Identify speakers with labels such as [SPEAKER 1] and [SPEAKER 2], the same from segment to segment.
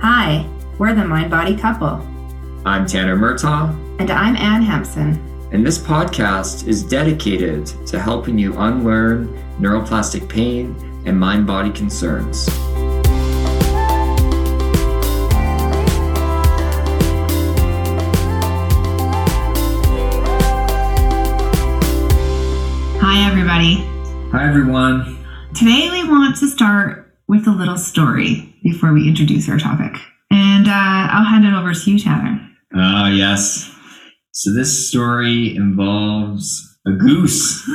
[SPEAKER 1] Hi, we're the Mind Body Couple.
[SPEAKER 2] I'm Tanner Murtaugh,
[SPEAKER 1] And I'm Ann Hampson.
[SPEAKER 2] and this podcast is dedicated to helping you unlearn neuroplastic pain and mind body concerns.
[SPEAKER 1] Hi, everybody.
[SPEAKER 2] Hi, everyone.
[SPEAKER 1] Today, we want to start with a little story before we introduce our topic. And uh, I'll hand it over to you, Tanner.
[SPEAKER 2] Ah, yes. So, this story involves a goose,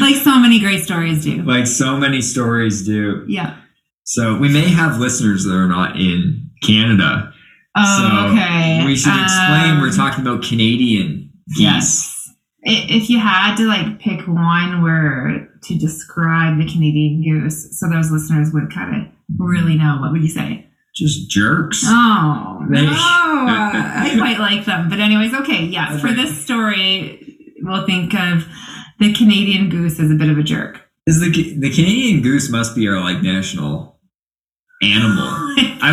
[SPEAKER 1] like so many great stories do.
[SPEAKER 2] like so many stories do.
[SPEAKER 1] Yeah.
[SPEAKER 2] So, we may have listeners that are not in Canada.
[SPEAKER 1] Oh,
[SPEAKER 2] so
[SPEAKER 1] okay.
[SPEAKER 2] We should explain
[SPEAKER 1] Um,
[SPEAKER 2] we're talking about Canadian geese.
[SPEAKER 1] Yes. I- If you had to like pick one word to describe the Canadian goose, so those listeners would kind of really know, what would you say?
[SPEAKER 2] Just jerks.
[SPEAKER 1] Oh,
[SPEAKER 2] They-
[SPEAKER 1] no. I quite like them. But, anyways, okay, yes. For this story, we'll think of the Canadian goose as a bit of a jerk.
[SPEAKER 2] Is the the Canadian goose must be our like national animal? I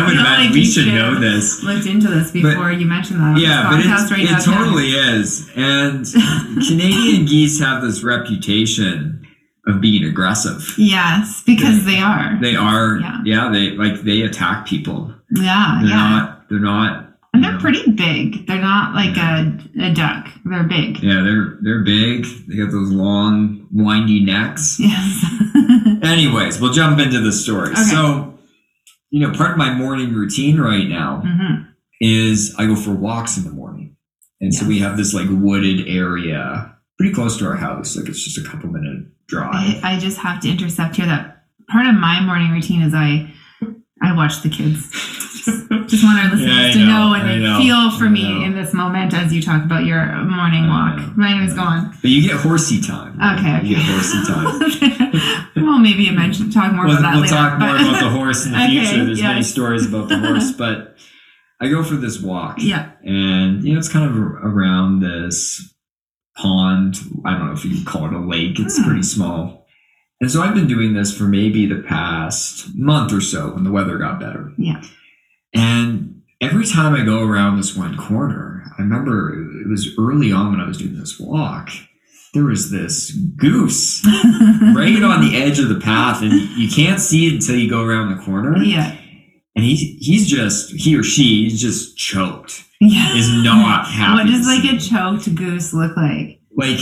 [SPEAKER 2] would
[SPEAKER 1] feel
[SPEAKER 2] imagine
[SPEAKER 1] like
[SPEAKER 2] we
[SPEAKER 1] you
[SPEAKER 2] should know
[SPEAKER 1] have
[SPEAKER 2] this.
[SPEAKER 1] Looked into this before you mentioned that. on
[SPEAKER 2] Yeah, but
[SPEAKER 1] this
[SPEAKER 2] it's,
[SPEAKER 1] podcast right
[SPEAKER 2] it
[SPEAKER 1] now, Tanner.
[SPEAKER 2] totally is. And Canadian geese have this reputation of being aggressive.
[SPEAKER 1] yes, because they are.
[SPEAKER 2] They are,
[SPEAKER 1] Yeah. Uh,
[SPEAKER 2] yeah, they like they attack people.
[SPEAKER 1] yeah,
[SPEAKER 2] They're
[SPEAKER 1] yeah.
[SPEAKER 2] not. They're not.
[SPEAKER 1] And they're
[SPEAKER 2] Yeah.
[SPEAKER 1] pretty big. They're not like a, a duck. They're big.
[SPEAKER 2] Yeah, they're they're big. They got those long, windy necks.
[SPEAKER 1] Yes.
[SPEAKER 2] Anyways, we'll jump into the story.
[SPEAKER 1] Okay.
[SPEAKER 2] So, you know, part of my morning routine right now.
[SPEAKER 1] hmm
[SPEAKER 2] is I go for walks in the morning. And so
[SPEAKER 1] Yeah.
[SPEAKER 2] we have this like wooded area pretty close to our house. Like it's just a couple minute
[SPEAKER 1] I,
[SPEAKER 2] drive.
[SPEAKER 1] I just have to intercept here that part of my morning routine is I I watch the kids. Just want our listeners
[SPEAKER 2] Yeah, I
[SPEAKER 1] to know,
[SPEAKER 2] know,
[SPEAKER 1] and
[SPEAKER 2] I
[SPEAKER 1] they
[SPEAKER 2] know,
[SPEAKER 1] feel for
[SPEAKER 2] I
[SPEAKER 1] me
[SPEAKER 2] know.
[SPEAKER 1] in this moment as you talk about your morning
[SPEAKER 2] I
[SPEAKER 1] walk.
[SPEAKER 2] know,
[SPEAKER 1] My name is
[SPEAKER 2] I
[SPEAKER 1] go
[SPEAKER 2] know.
[SPEAKER 1] on.
[SPEAKER 2] but you get horsey time. right?
[SPEAKER 1] Okay. okay.
[SPEAKER 2] You get horsey time.
[SPEAKER 1] well, maybe mention talk more
[SPEAKER 2] we'll
[SPEAKER 1] about that
[SPEAKER 2] we'll
[SPEAKER 1] later.
[SPEAKER 2] talk more
[SPEAKER 1] but-
[SPEAKER 2] about the horse in the
[SPEAKER 1] Okay,
[SPEAKER 2] future. There's
[SPEAKER 1] yeah.
[SPEAKER 2] many stories about the horse, but I go for this walk.
[SPEAKER 1] yeah,
[SPEAKER 2] And, you know, it's kind of ar- around this pond. I don't know if you call it a lake, it's
[SPEAKER 1] Hmm.
[SPEAKER 2] pretty small. And so I've been doing this for maybe the past month or so when the weather got better.
[SPEAKER 1] Yeah.
[SPEAKER 2] And every time I go around this one corner, I remember it was early on when I was doing this walk, there was this goose right on the edge of the path, and you can't see it until you go around the corner.
[SPEAKER 1] Yeah,
[SPEAKER 2] And he's, he's just, he or she, he's just choked
[SPEAKER 1] yeah.
[SPEAKER 2] is not happy.
[SPEAKER 1] What
[SPEAKER 2] to
[SPEAKER 1] does like
[SPEAKER 2] see
[SPEAKER 1] a
[SPEAKER 2] it.
[SPEAKER 1] choked goose look like?
[SPEAKER 2] like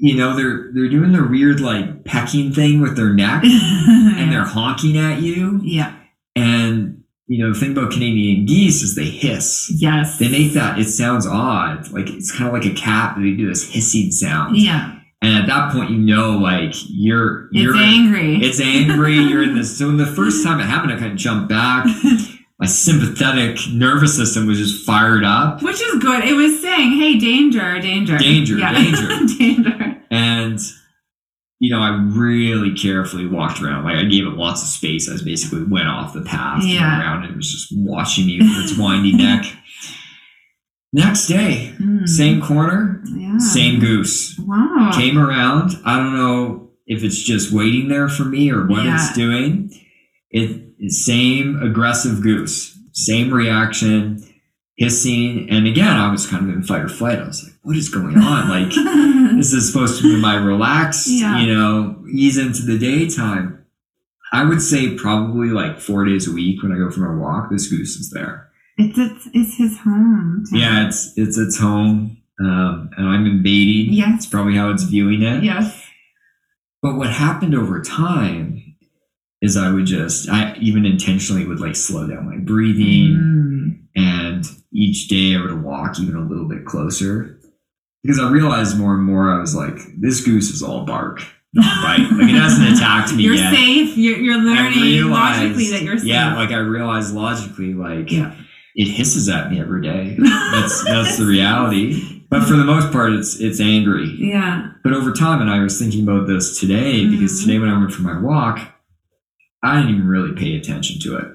[SPEAKER 2] you know they're they're doing their weird like pecking thing with their neck and they're honking at you
[SPEAKER 1] yeah.
[SPEAKER 2] and you know the thing about Canadian geese is they hiss.
[SPEAKER 1] Yes.
[SPEAKER 2] They make that it sounds odd like it's kind of like a cat they do this hissing sound
[SPEAKER 1] Yeah.
[SPEAKER 2] and at that point you know like you're
[SPEAKER 1] It's
[SPEAKER 2] you're
[SPEAKER 1] angry.
[SPEAKER 2] it's angry you're in this so the first time it happened I kind of jumped back my sympathetic nervous system was just fired up
[SPEAKER 1] Which is good. It was saying, "Hey, danger, danger,
[SPEAKER 2] Danger, danger.
[SPEAKER 1] danger."
[SPEAKER 2] And you know, I really carefully walked around. Like I gave it lots of space. I was basically went off the path and
[SPEAKER 1] Yeah.
[SPEAKER 2] around and it was just watching me with its windy neck. Next day,
[SPEAKER 1] Mm.
[SPEAKER 2] same corner,
[SPEAKER 1] Yeah.
[SPEAKER 2] same goose.
[SPEAKER 1] Wow.
[SPEAKER 2] Came around. I don't know if it's just waiting there for me or what
[SPEAKER 1] Yeah.
[SPEAKER 2] it's doing. It same aggressive goose, same reaction, hissing. And again, I was kind of in fight or flight. I was like, what is going on? Like this is supposed to be my relaxed,
[SPEAKER 1] Yeah.
[SPEAKER 2] you know, ease into the daytime. I would say probably like four days a week when I go for my walk, this goose is there.
[SPEAKER 1] it's, it's it's his home. Tim.
[SPEAKER 2] Yeah, it's it's its home, um, and I'm invading.
[SPEAKER 1] Yes.
[SPEAKER 2] That's probably how it's viewing it.
[SPEAKER 1] Yes.
[SPEAKER 2] But what happened over time is I would just, I even intentionally would like slow down my breathing,
[SPEAKER 1] Mm.
[SPEAKER 2] and each day I would walk even a little bit closer because I realized more and more I was like, this goose is all bark, not bite. like it hasn't attacked me
[SPEAKER 1] You're
[SPEAKER 2] yet.
[SPEAKER 1] safe. You're, you're
[SPEAKER 2] I
[SPEAKER 1] learning
[SPEAKER 2] realized-
[SPEAKER 1] logically that you're safe.
[SPEAKER 2] Yeah, like I realized logically, like
[SPEAKER 1] Yeah.
[SPEAKER 2] it hisses at me every day. That's that's the reality. But for the most part, it's it's angry.
[SPEAKER 1] Yeah.
[SPEAKER 2] But over time, and I was thinking about this today because
[SPEAKER 1] Mhm.
[SPEAKER 2] today when I went for my walk, I didn't even really pay attention to it.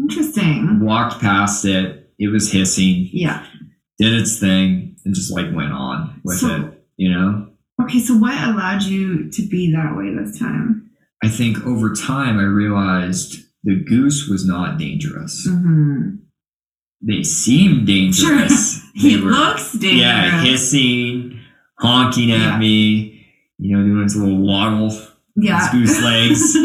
[SPEAKER 1] Interesting.
[SPEAKER 2] Walked past it, it was hissing,
[SPEAKER 1] Yeah.
[SPEAKER 2] did its thing, and just like went on with
[SPEAKER 1] So-
[SPEAKER 2] it. You know,
[SPEAKER 1] Okay. So what allowed you to be that way this time?
[SPEAKER 2] I think over time I realized the goose was not dangerous.
[SPEAKER 1] Mhm.
[SPEAKER 2] They seemed dangerous.
[SPEAKER 1] He
[SPEAKER 2] They were-
[SPEAKER 1] looks dangerous.
[SPEAKER 2] Yeah, hissing, honking at
[SPEAKER 1] Yeah.
[SPEAKER 2] me, you know, doing its little waddle.
[SPEAKER 1] Yeah.
[SPEAKER 2] goose legs.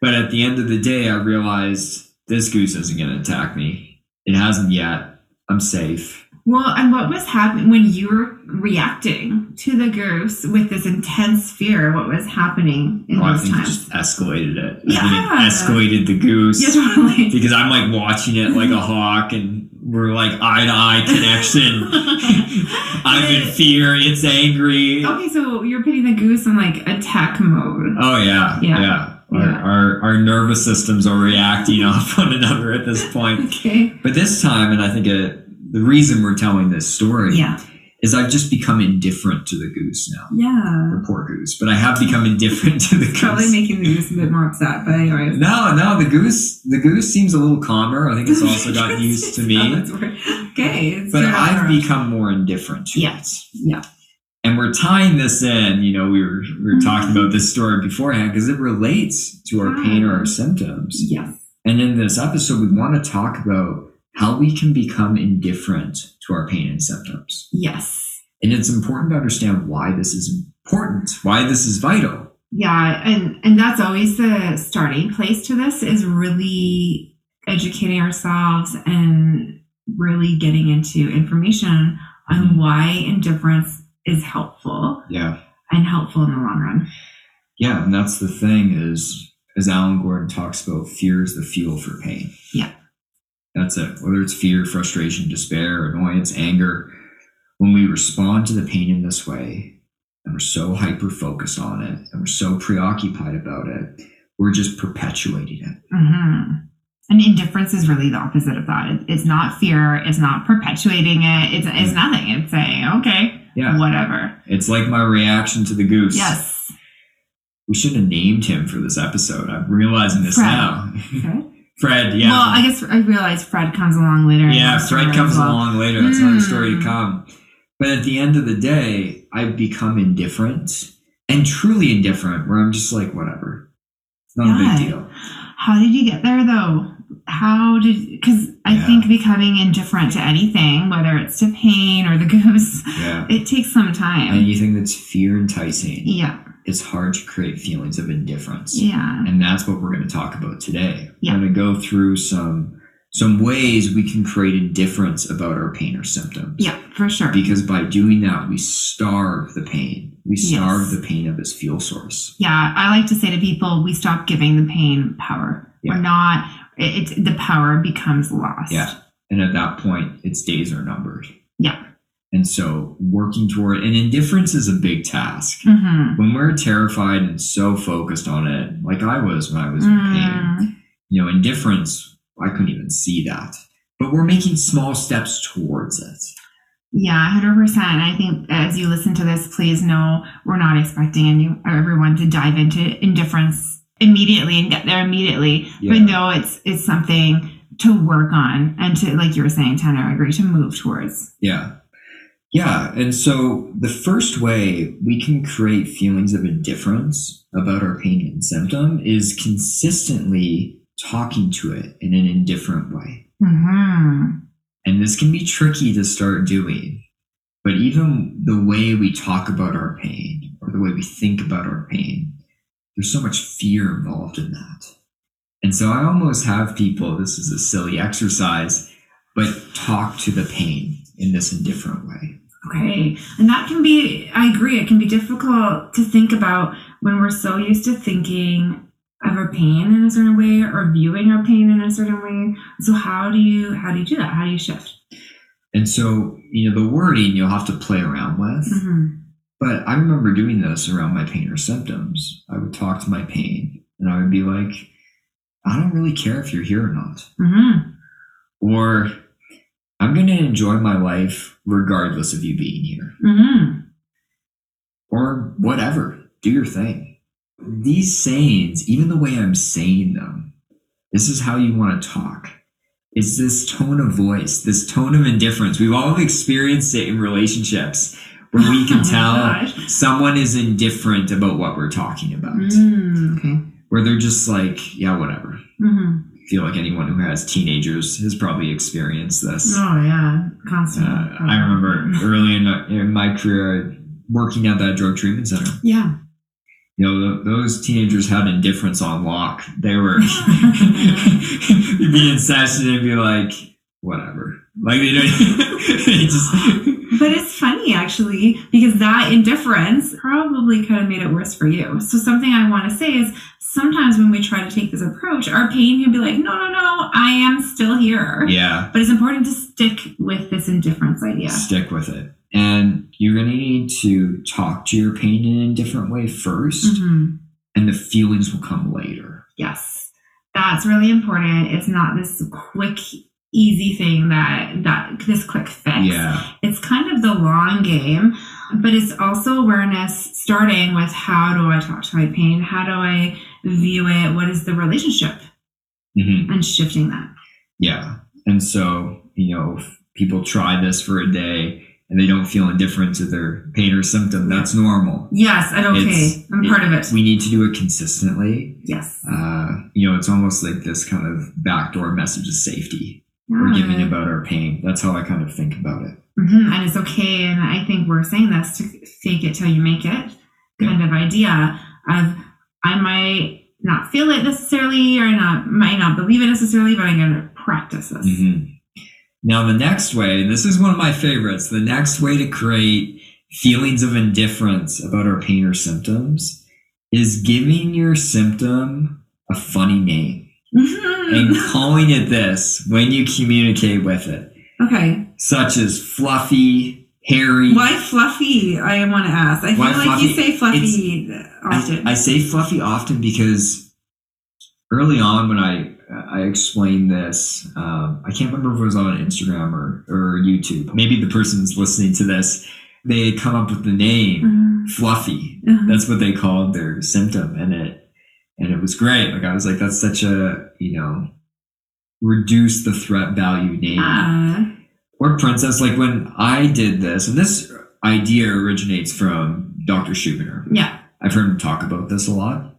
[SPEAKER 2] But at the end of the day, I realized this goose isn't going to attack me. It hasn't yet. I'm safe.
[SPEAKER 1] well, and what was happening when you were reacting to the goose with this intense fear? What was happening in
[SPEAKER 2] Well, Oh, I
[SPEAKER 1] those
[SPEAKER 2] think it
[SPEAKER 1] times?
[SPEAKER 2] just escalated it.
[SPEAKER 1] Yeah.
[SPEAKER 2] I think it escalated the goose.
[SPEAKER 1] Yeah, totally.
[SPEAKER 2] because I'm like watching it like a hawk and we're like eye to eye connection. I'm in fear, it's angry.
[SPEAKER 1] Okay, so you're putting the goose in like attack mode.
[SPEAKER 2] Oh yeah.
[SPEAKER 1] Yeah.
[SPEAKER 2] Yeah.
[SPEAKER 1] Yeah.
[SPEAKER 2] Our, our our nervous systems are reacting off one another at this point.
[SPEAKER 1] Okay.
[SPEAKER 2] But this time, and I think it, the reason we're telling this story
[SPEAKER 1] Yeah.
[SPEAKER 2] is I've just become indifferent to the goose now.
[SPEAKER 1] Yeah.
[SPEAKER 2] The poor goose. But I have become indifferent to the
[SPEAKER 1] Probably
[SPEAKER 2] goose.
[SPEAKER 1] making the goose a bit more upset, but anyways.
[SPEAKER 2] No, no, the goose the goose seems a little calmer. I think it's also gotten used to me.
[SPEAKER 1] Okay. It's
[SPEAKER 2] but
[SPEAKER 1] your
[SPEAKER 2] I've
[SPEAKER 1] approach.
[SPEAKER 2] become more indifferent to
[SPEAKER 1] Yeah.
[SPEAKER 2] it.
[SPEAKER 1] Yeah.
[SPEAKER 2] And we're tying this in, you know, we were we were talking about this story beforehand because it relates to our pain or our symptoms.
[SPEAKER 1] Yes.
[SPEAKER 2] And in this episode, we want to talk about how we can become indifferent to our pain and symptoms.
[SPEAKER 1] Yes.
[SPEAKER 2] And it's important to understand why this is important, why this is vital.
[SPEAKER 1] Yeah, and and that's always the starting place to this is really educating ourselves and really getting into information on
[SPEAKER 2] Mhm.
[SPEAKER 1] why indifference is helpful
[SPEAKER 2] Yeah.
[SPEAKER 1] and helpful in the long run.
[SPEAKER 2] Yeah. And that's the thing is, as Alan Gordon talks about, fear is the fuel for pain.
[SPEAKER 1] Yeah.
[SPEAKER 2] That's it. Whether it's fear, frustration, despair, annoyance, anger, when we respond to the pain in this way and we're so hyper focused on it and we're so preoccupied about it, we're just perpetuating it.
[SPEAKER 1] hmm And indifference is really the opposite of that. It- It's not fear. It's not perpetuating it. It's, it's nothing. It's saying okay,
[SPEAKER 2] Yeah.
[SPEAKER 1] whatever.
[SPEAKER 2] It's like my reaction to the goose.
[SPEAKER 1] Yes.
[SPEAKER 2] We should have named him for this episode. I'm realizing this
[SPEAKER 1] Fred.
[SPEAKER 2] now.
[SPEAKER 1] Okay.
[SPEAKER 2] Fred, yeah.
[SPEAKER 1] Well, I guess I realized Fred comes along later. in
[SPEAKER 2] Yeah,
[SPEAKER 1] the story
[SPEAKER 2] Fred
[SPEAKER 1] as
[SPEAKER 2] comes
[SPEAKER 1] well.
[SPEAKER 2] along later. That's another story
[SPEAKER 1] Mm.
[SPEAKER 2] to come. But at the end of the day, I've become indifferent and truly indifferent, where I'm just like, whatever. It's not a
[SPEAKER 1] Yeah.
[SPEAKER 2] big deal.
[SPEAKER 1] How did you get there though? How did because I
[SPEAKER 2] Yeah.
[SPEAKER 1] think becoming indifferent to anything, whether it's to pain or the goose,
[SPEAKER 2] Yeah.
[SPEAKER 1] it takes some time.
[SPEAKER 2] Anything that's fear enticing,
[SPEAKER 1] Yeah,
[SPEAKER 2] it's hard to create feelings of indifference.
[SPEAKER 1] yeah,
[SPEAKER 2] And that's what we're going to talk about today.
[SPEAKER 1] Yeah.
[SPEAKER 2] We're going to go through some some ways we can create indifference about our pain or symptoms.
[SPEAKER 1] yeah, for sure.
[SPEAKER 2] Because by doing that, we starve the pain. We starve
[SPEAKER 1] Yes.
[SPEAKER 2] the pain of its fuel source.
[SPEAKER 1] Yeah, I like to say to people, we stop giving the pain power.
[SPEAKER 2] Yeah.
[SPEAKER 1] We're not. It, it the power becomes lost.
[SPEAKER 2] Yeah. And at that point, its days are numbered.
[SPEAKER 1] Yeah.
[SPEAKER 2] And so working toward and indifference is a big task.
[SPEAKER 1] hmm
[SPEAKER 2] When we're terrified and so focused on it, like I was when I was in pain,
[SPEAKER 1] Mm,
[SPEAKER 2] you know, indifference, I couldn't even see that. But we're making small steps towards it.
[SPEAKER 1] yeah, hundred percent. I think as you listen to this, please know we're not expecting any, everyone to dive into indifference immediately and get there immediately. But no, it's it's something to work on and to like you were saying, Tanner, I agree to move towards.
[SPEAKER 2] Yeah. Yeah. And so the first way we can create feelings of indifference about our pain and symptom is consistently talking to it in an indifferent way.
[SPEAKER 1] Mm-hmm.
[SPEAKER 2] And this can be tricky to start doing. But even the way we talk about our pain or the way we think about our pain, there's so much fear involved in that. And so I almost have people, this is a silly exercise, but talk to the pain in this indifferent way.
[SPEAKER 1] Okay, and that can be. I agree. It can be difficult to think about when we're so used to thinking of our pain in a certain way or viewing our pain in a certain way. So how do you how do you do that? How do you shift?
[SPEAKER 2] And so, you know, the wording you'll have to play around with.
[SPEAKER 1] Mm-hmm.
[SPEAKER 2] But I remember doing this around my pain or symptoms. I would talk to my pain and I would be like, I don't really care if you're here or not.
[SPEAKER 1] Mm-hmm.
[SPEAKER 2] or I'm going to enjoy my life regardless of you being here,
[SPEAKER 1] Mm-hmm.
[SPEAKER 2] or whatever. Do your thing. These sayings, even the way I'm saying them, this is how you want to talk. It's this tone of voice, this tone of indifference. We've all experienced it in relationships where
[SPEAKER 1] Oh
[SPEAKER 2] Mm-hmm.
[SPEAKER 1] Mm-hmm.
[SPEAKER 2] we can tell someone is indifferent about what we're talking about.
[SPEAKER 1] Mm, okay.
[SPEAKER 2] where they're just like, yeah, whatever.
[SPEAKER 1] hmm
[SPEAKER 2] I feel like anyone who has teenagers has probably experienced this.
[SPEAKER 1] Oh yeah, constantly.
[SPEAKER 2] Uh, I remember early in my, in my career working at that drug treatment center.
[SPEAKER 1] Yeah.
[SPEAKER 2] You know, th- those teenagers had indifference on lock. They were you'd be in session and be like, whatever. Like they don't. they just.
[SPEAKER 1] But it's funny actually because that indifference probably could have made it worse for you. So something I want to say is sometimes when we try to take this approach, our pain can be like, no, no, no, I am still here.
[SPEAKER 2] Yeah.
[SPEAKER 1] But it's important to stick with this indifference idea.
[SPEAKER 2] Stick with it. And you're going to need to talk to your pain in a different way 1st
[SPEAKER 1] Mhm.
[SPEAKER 2] and the feelings will come later.
[SPEAKER 1] Yes, that's really important. It's not this quick, easy thing that that this quick fix.
[SPEAKER 2] Yeah.
[SPEAKER 1] it's kind of the long game, but it's also awareness starting with how do I talk to my pain? How do I view it? What is the relationship?
[SPEAKER 2] hmm
[SPEAKER 1] And shifting that.
[SPEAKER 2] Yeah. And so, you know, if people try this for a day and they don't feel indifferent to their pain or symptom, that's normal.
[SPEAKER 1] Yes, and okay.
[SPEAKER 2] It's-
[SPEAKER 1] I'm part of it.
[SPEAKER 2] We need to do it consistently.
[SPEAKER 1] Yes.
[SPEAKER 2] Uh, you know, it's almost like this kind of backdoor message of safety we're
[SPEAKER 1] Mm-hmm.
[SPEAKER 2] giving about our pain. That's how I kind of think about it.
[SPEAKER 1] hmm And it's okay. And I think we're saying this to fake it till you make it kind of idea of I might not feel it necessarily or not might not believe it necessarily, but I'm gonna practice this.
[SPEAKER 2] Mhm. Now, the next way, and this is one of my favorites, the next way to create feelings of indifference about our pain or symptoms is giving your symptom a funny name and
[SPEAKER 1] Mhm.
[SPEAKER 2] calling it this when you communicate with it,
[SPEAKER 1] Okay.
[SPEAKER 2] such as fluffy, hairy.
[SPEAKER 1] Why fluffy? I want to ask. I feel
[SPEAKER 2] Why
[SPEAKER 1] like
[SPEAKER 2] fluffy?
[SPEAKER 1] you say fluffy often.
[SPEAKER 2] I, I say fluffy often because early on when I I explained this, um, I can't remember if it was on Instagram or, or YouTube. Maybe the person's listening to this, they had come up with the name
[SPEAKER 1] Mhm.
[SPEAKER 2] Fluffy.
[SPEAKER 1] Mhm.
[SPEAKER 2] That's what they called their symptom, and it and it was great. Like I was like, that's such a you know reduce the threat value name
[SPEAKER 1] Uh,
[SPEAKER 2] or princess. Like when I did this, and this idea originates from Dr. Schubiner.
[SPEAKER 1] yeah.
[SPEAKER 2] I've heard him talk about this a lot.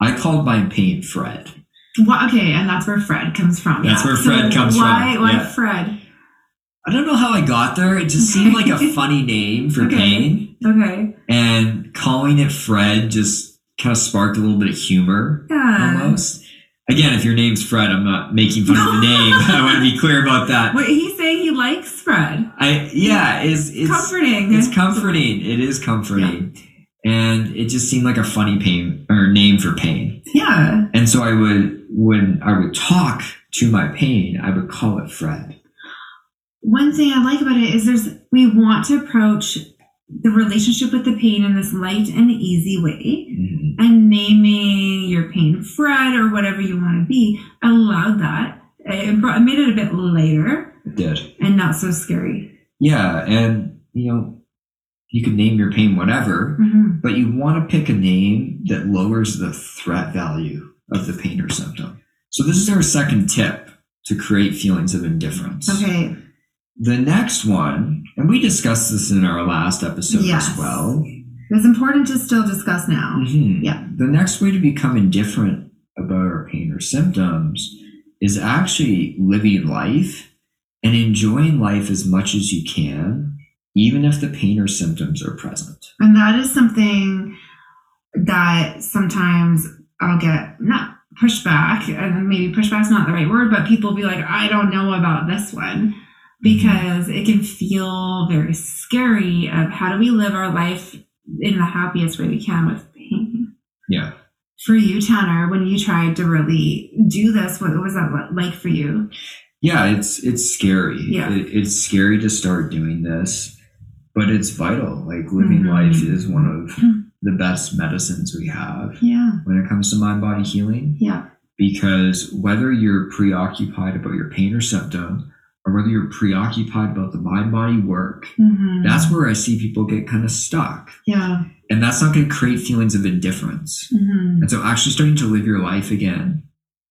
[SPEAKER 2] I called my pain Fred.
[SPEAKER 1] Wha okay, and that's where Fred comes from.
[SPEAKER 2] That's
[SPEAKER 1] yeah.
[SPEAKER 2] where Fred comes
[SPEAKER 1] why,
[SPEAKER 2] from,
[SPEAKER 1] Why
[SPEAKER 2] yeah.
[SPEAKER 1] Fred?
[SPEAKER 2] I don't know how I got there. It just seemed like a funny name for
[SPEAKER 1] Okay.
[SPEAKER 2] pain.
[SPEAKER 1] Okay.
[SPEAKER 2] And calling it Fred just kind of sparked a little bit of humor
[SPEAKER 1] Yeah.
[SPEAKER 2] almost. Again, if your name's Fred, I'm not making fun of the name. I want to be clear about that.
[SPEAKER 1] Wait, he's saying he likes Fred.
[SPEAKER 2] I yeah, it's it's
[SPEAKER 1] comforting.
[SPEAKER 2] it's comforting. It is comforting. And it just seemed like a funny pain or name for pain.
[SPEAKER 1] yeah.
[SPEAKER 2] And so I would, when I would talk to my pain, I would call it Fred.
[SPEAKER 1] One thing I like about it is there's we want to approach the relationship with the pain in this light and easy way. and naming your pain Fred or whatever you want to be allowed that. It brought, made it a bit lighter
[SPEAKER 2] It did.
[SPEAKER 1] and not so scary.
[SPEAKER 2] Yeah. And, you know, you can name your pain whatever,
[SPEAKER 1] Mhm.
[SPEAKER 2] but you want to pick a name that lowers the threat value of the pain or symptom. So this is our second tip to create feelings of indifference.
[SPEAKER 1] Okay.
[SPEAKER 2] The next one, and we discussed this in our last episode
[SPEAKER 1] Yes.
[SPEAKER 2] as well.
[SPEAKER 1] It's important to still discuss now.
[SPEAKER 2] Mhm.
[SPEAKER 1] Yeah.
[SPEAKER 2] The next way to become indifferent about our pain or symptoms is actually living life and enjoying life as much as you can, even if the pain or symptoms are present.
[SPEAKER 1] And that is something that sometimes I'll get not pushback, and maybe pushback's not the right word, but people be like, I don't know about this one because it can feel very scary of how do we live our life in the happiest way we can with pain.
[SPEAKER 2] Yeah.
[SPEAKER 1] for you, Tanner, when you tried to really do this, what was that li- like for you?
[SPEAKER 2] Yeah, it's it's scary.
[SPEAKER 1] Yeah.
[SPEAKER 2] It, it's scary to start doing this, but it's vital. Like living
[SPEAKER 1] Mhm.
[SPEAKER 2] life is one of
[SPEAKER 1] Mhm.
[SPEAKER 2] the best medicines we have
[SPEAKER 1] Yeah,
[SPEAKER 2] when it comes to mind body healing.
[SPEAKER 1] yeah,
[SPEAKER 2] because whether you're preoccupied about your pain or symptom or whether you're preoccupied about the mind body work
[SPEAKER 1] hmm
[SPEAKER 2] that's where i see people get kind of stuck
[SPEAKER 1] yeah,
[SPEAKER 2] and that's not going to create feelings of indifference
[SPEAKER 1] hmm
[SPEAKER 2] and so actually starting to live your life again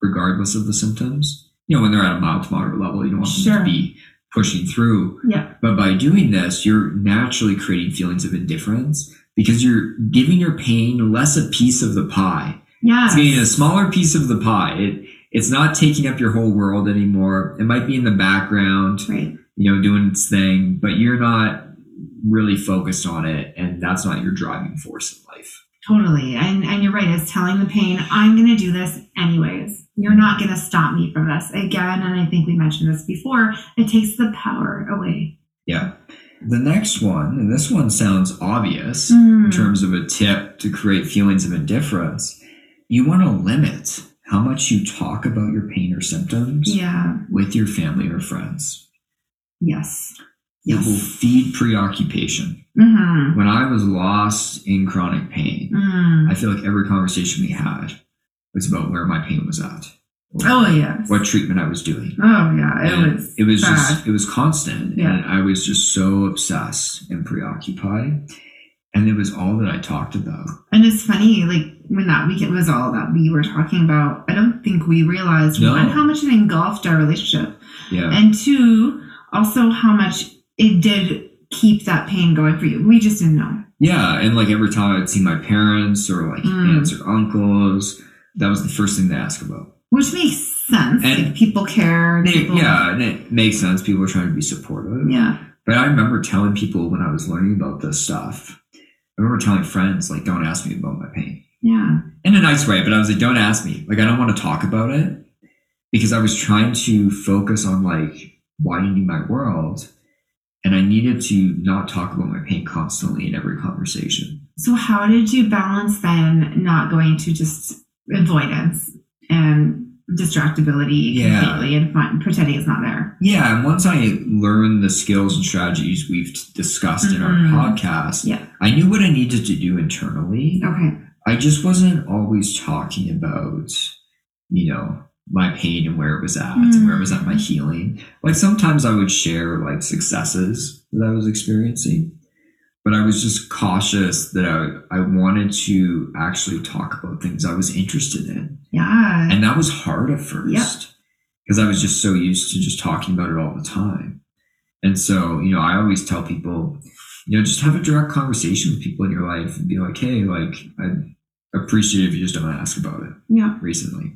[SPEAKER 2] regardless of the symptoms you know when they're at a mild to moderate level you don't want them
[SPEAKER 1] Sure.
[SPEAKER 2] to be pushing through
[SPEAKER 1] yeah,
[SPEAKER 2] but by doing this you're naturally creating feelings of indifference because you're giving your pain less a piece of the pie
[SPEAKER 1] Yeah.
[SPEAKER 2] It's getting a smaller piece of the pie. It, it's not taking up your whole world anymore. It might be in the background,
[SPEAKER 1] Right.
[SPEAKER 2] you know, doing its thing, but you're not really focused on it. And that's not your driving force in life.
[SPEAKER 1] Totally. And and you're right, it's telling the pain, I'm gonna do this anyways. You're not gonna stop me from this. Again, and I think we mentioned this before, it takes the power away.
[SPEAKER 2] Yeah. The next one, and this one sounds obvious in
[SPEAKER 1] Mm.
[SPEAKER 2] terms of a tip to create feelings of indifference, you want to limit how much you talk about your pain or symptoms
[SPEAKER 1] Yeah.
[SPEAKER 2] with your family or friends.
[SPEAKER 1] Yes.
[SPEAKER 2] It will
[SPEAKER 1] Yes.
[SPEAKER 2] feed preoccupation.
[SPEAKER 1] Mm-hmm.
[SPEAKER 2] When I was lost in chronic pain,
[SPEAKER 1] Mm.
[SPEAKER 2] I feel like every conversation we had was about where my pain was at. or
[SPEAKER 1] Oh yes.
[SPEAKER 2] What treatment I was doing.
[SPEAKER 1] Oh yeah. It
[SPEAKER 2] And
[SPEAKER 1] was
[SPEAKER 2] it was
[SPEAKER 1] bad.
[SPEAKER 2] just it was constant.
[SPEAKER 1] Yeah.
[SPEAKER 2] And I was just so obsessed and preoccupied. And it was all that I talked about.
[SPEAKER 1] And it's funny, like when that weekend was all that we were talking about, I don't think we realized
[SPEAKER 2] No.
[SPEAKER 1] one, how much it engulfed our relationship,
[SPEAKER 2] Yeah.
[SPEAKER 1] and two, also how much it did keep that pain going for you. We just didn't know.
[SPEAKER 2] Yeah. And like every time I'd see my parents or like
[SPEAKER 1] Mm.
[SPEAKER 2] aunts or uncles, that was the first thing they ask about.
[SPEAKER 1] Which makes sense.
[SPEAKER 2] And-
[SPEAKER 1] like people care.
[SPEAKER 2] And it-
[SPEAKER 1] people-
[SPEAKER 2] yeah, and it makes sense. People are trying to be supportive.
[SPEAKER 1] Yeah.
[SPEAKER 2] But I remember telling people when I was learning about this stuff, I remember telling friends, like, don't ask me about my pain.
[SPEAKER 1] Yeah.
[SPEAKER 2] in a nice way, but I was like, don't ask me. Like, I don't want to talk about it because I was trying to focus on like widening my world and I needed to not talk about my pain constantly in every conversation.
[SPEAKER 1] So how did you balance then not going to just avoidance and distractibility
[SPEAKER 2] Yeah.
[SPEAKER 1] completely and fun, pretending it's not there?
[SPEAKER 2] Yeah. And once I learned the skills and strategies we've discussed in
[SPEAKER 1] Mhm.
[SPEAKER 2] our podcast,
[SPEAKER 1] Yeah.
[SPEAKER 2] I knew what I needed to do internally.
[SPEAKER 1] Okay.
[SPEAKER 2] I just wasn't always talking about, you know, my pain and where it was at and where it was at my healing. Like sometimes I would share like successes that I was experiencing, but I was just cautious that I, I wanted to actually talk about things I was interested in.
[SPEAKER 1] Yeah.
[SPEAKER 2] And that was hard at first
[SPEAKER 1] Yep.
[SPEAKER 2] because I was just so used to just talking about it all the time. And so, you know, I always tell people, you know, just have a direct conversation with people in your life and be like, hey, like, I'd appreciate if you just don't ask about it
[SPEAKER 1] yeah.
[SPEAKER 2] recently.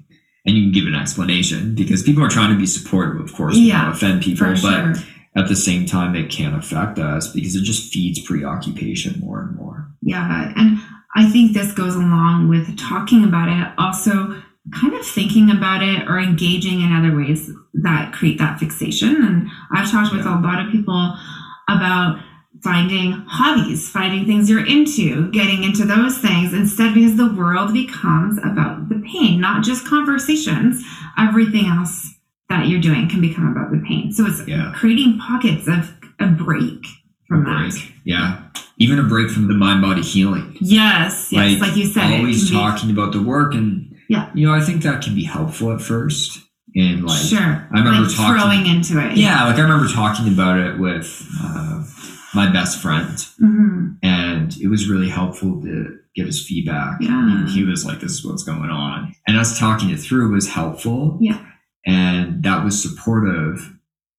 [SPEAKER 2] And you can give an explanation because people are trying to be supportive, of course, we don't
[SPEAKER 1] Yeah,
[SPEAKER 2] offend people,
[SPEAKER 1] For
[SPEAKER 2] but
[SPEAKER 1] sure.
[SPEAKER 2] at the same time, it can affect us because it just feeds preoccupation more and more.
[SPEAKER 1] Yeah, and I think this goes along with talking about it, also kind of thinking about it or engaging in other ways that create that fixation. And I've talked with a lot of people about finding hobbies, finding things you're into, getting into those things instead because the world becomes about the pain, not just conversations. Everything else that you're doing can become about the pain. So it's
[SPEAKER 2] Yeah.
[SPEAKER 1] creating pockets of a break from that.
[SPEAKER 2] break. Yeah. Even a break from the mind body healing.
[SPEAKER 1] Yes, yes,
[SPEAKER 2] Like,
[SPEAKER 1] like, you said, it
[SPEAKER 2] always
[SPEAKER 1] can be-
[SPEAKER 2] talking about the work and
[SPEAKER 1] Yeah.
[SPEAKER 2] you know i think that can be helpful at first and like
[SPEAKER 1] sure,
[SPEAKER 2] I remember
[SPEAKER 1] like
[SPEAKER 2] talking-
[SPEAKER 1] throwing into it.
[SPEAKER 2] yeah like i remember talking about it with uh, my best friend
[SPEAKER 1] hmm
[SPEAKER 2] and it was really helpful to get his feedback
[SPEAKER 1] Yeah.
[SPEAKER 2] he was like this is what's going on and us talking it through was helpful
[SPEAKER 1] Yeah.
[SPEAKER 2] and that was supportive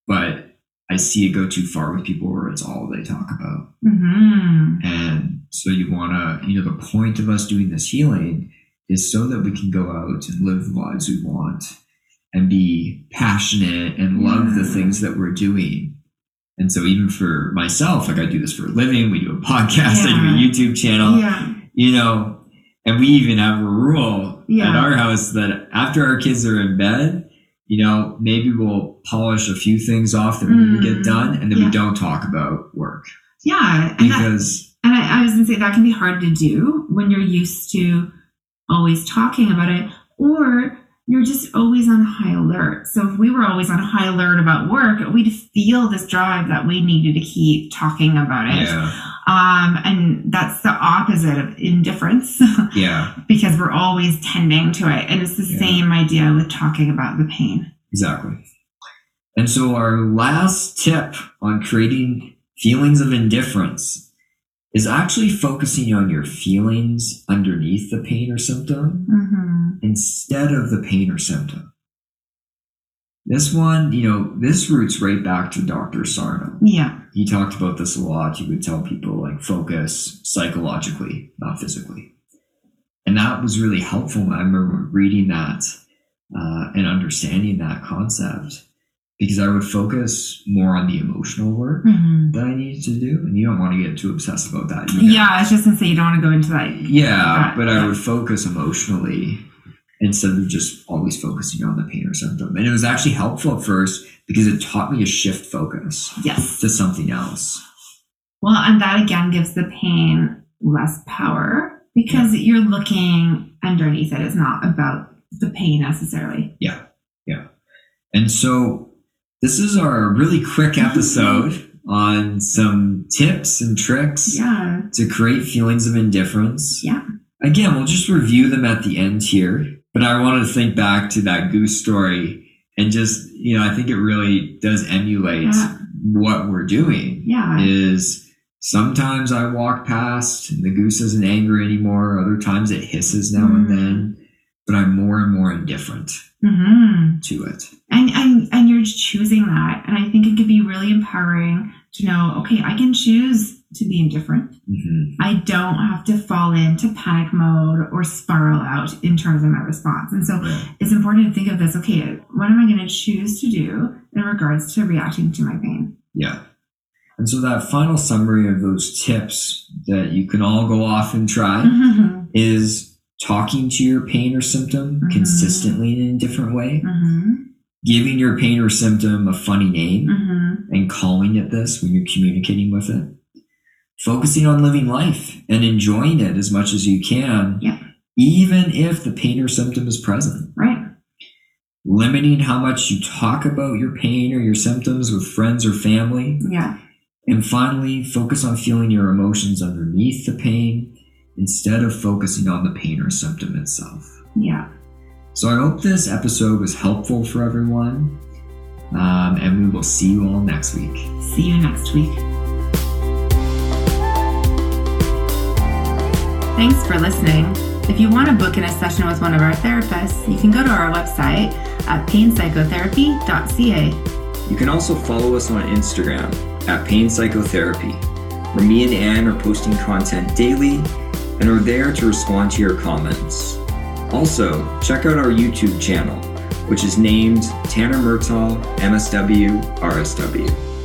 [SPEAKER 2] but i see it go too far with people where it's all they talk about
[SPEAKER 1] hmm
[SPEAKER 2] and Um, so you want to, you know, the point of us doing this healing is so that we can go out and live the lives we want and be passionate and love the
[SPEAKER 1] Yeah.
[SPEAKER 2] things that we're doing. And so even for myself, like I do this for a living, we do a podcast, I
[SPEAKER 1] Yeah.
[SPEAKER 2] do a YouTube channel,
[SPEAKER 1] yeah,
[SPEAKER 2] you know, and we even have a rule at
[SPEAKER 1] Yeah.
[SPEAKER 2] our house that after our kids are in bed, you know, maybe we'll polish a few things off that we need to get
[SPEAKER 1] Mm.
[SPEAKER 2] done, and then we
[SPEAKER 1] Yeah.
[SPEAKER 2] don't talk about work
[SPEAKER 1] yeah, and that,
[SPEAKER 2] because
[SPEAKER 1] and I, I was gonna say that can be hard to do when you're used to always talking about it, or you're just always on high alert. So if we were always on high alert about work, we'd feel this drive that we needed to keep talking about it.
[SPEAKER 2] yeah,
[SPEAKER 1] Um, and that's the opposite of indifference.
[SPEAKER 2] yeah.
[SPEAKER 1] because we're always tending to it. And it's the
[SPEAKER 2] Yeah.
[SPEAKER 1] same idea with talking about the pain.
[SPEAKER 2] Exactly. And so, our last tip on creating feelings of indifference is actually focusing on your feelings underneath the pain or symptom Mm-hmm. instead of the pain or symptom. This one, you know, this roots right back to Dr. Sarno.
[SPEAKER 1] Yeah.
[SPEAKER 2] He talked about this a lot. He would tell people, like, focus psychologically, not physically. And that was really helpful. I remember reading that uh, and understanding that concept because I would focus more on the emotional work
[SPEAKER 1] Mhm.
[SPEAKER 2] that I needed to do. And you don't want to get too obsessed about that. You
[SPEAKER 1] Yeah, I was just gonna say you don't want to go into that.
[SPEAKER 2] yeah,
[SPEAKER 1] Right,
[SPEAKER 2] but
[SPEAKER 1] yeah.
[SPEAKER 2] I would focus emotionally instead of just always focusing on the pain or symptom. And it was actually helpful at first because it taught me to shift focus
[SPEAKER 1] Yes.
[SPEAKER 2] to something else.
[SPEAKER 1] Well, and that again gives the pain less power because you're looking underneath it. It's not about the pain necessarily.
[SPEAKER 2] And so this is our really
[SPEAKER 1] Mm-hmm.
[SPEAKER 2] quick episode on some tips and tricks
[SPEAKER 1] Yeah.
[SPEAKER 2] to create feelings of indifference.
[SPEAKER 1] Yeah.
[SPEAKER 2] Again, we'll just review them at the end here, but I wanted to think back to that goose story and just, you know, I think it really does emulate
[SPEAKER 1] Yeah.
[SPEAKER 2] what we're doing
[SPEAKER 1] Uh-huh. Yeah.
[SPEAKER 2] is sometimes I walk past and the goose isn't angry anymore. Other times it hisses now
[SPEAKER 1] Mhm.
[SPEAKER 2] and then, but I'm more and more indifferent
[SPEAKER 1] hmm
[SPEAKER 2] to it.
[SPEAKER 1] And, and and you're choosing that. And I think it could be really empowering to know, okay, I can choose to be indifferent.
[SPEAKER 2] hmm
[SPEAKER 1] I don't have to fall into panic mode or spiral out in terms of my response. And so it's important to think of this, okay, what am I going to choose to do in regards to reacting to my pain?
[SPEAKER 2] Yeah. And so that final summary of those tips that you can all go off and try.
[SPEAKER 1] Mm-hmm.
[SPEAKER 2] is talking to your pain or symptom
[SPEAKER 1] Mhm.
[SPEAKER 2] consistently in a different way,
[SPEAKER 1] Mm-hmm.
[SPEAKER 2] giving your pain or symptom a funny name
[SPEAKER 1] Mm-hmm.
[SPEAKER 2] and calling it this when you're communicating with it, focusing on living life and enjoying it as much as you can,
[SPEAKER 1] Yeah.
[SPEAKER 2] even if the pain or symptom is present.
[SPEAKER 1] Right.
[SPEAKER 2] Limiting how much you talk about your pain or your symptoms with friends or family.
[SPEAKER 1] Yeah.
[SPEAKER 2] And finally, focus on feeling your emotions underneath the pain instead of focusing on the pain or symptom itself.
[SPEAKER 1] Yeah.
[SPEAKER 2] So I hope this episode was helpful for everyone. Um, and we will see you all next week.
[SPEAKER 1] See you next week. Thanks for listening. If you want to book in a session with one of our therapists, you can go to our website at painpsychotherapy.ca.
[SPEAKER 2] You can also follow us on Instagram at Pain Psychotherapy, where me and Anne are posting content daily and are there to respond to your comments. Also, check out our YouTube channel, which is named Tanner Murtaugh MSW RSW.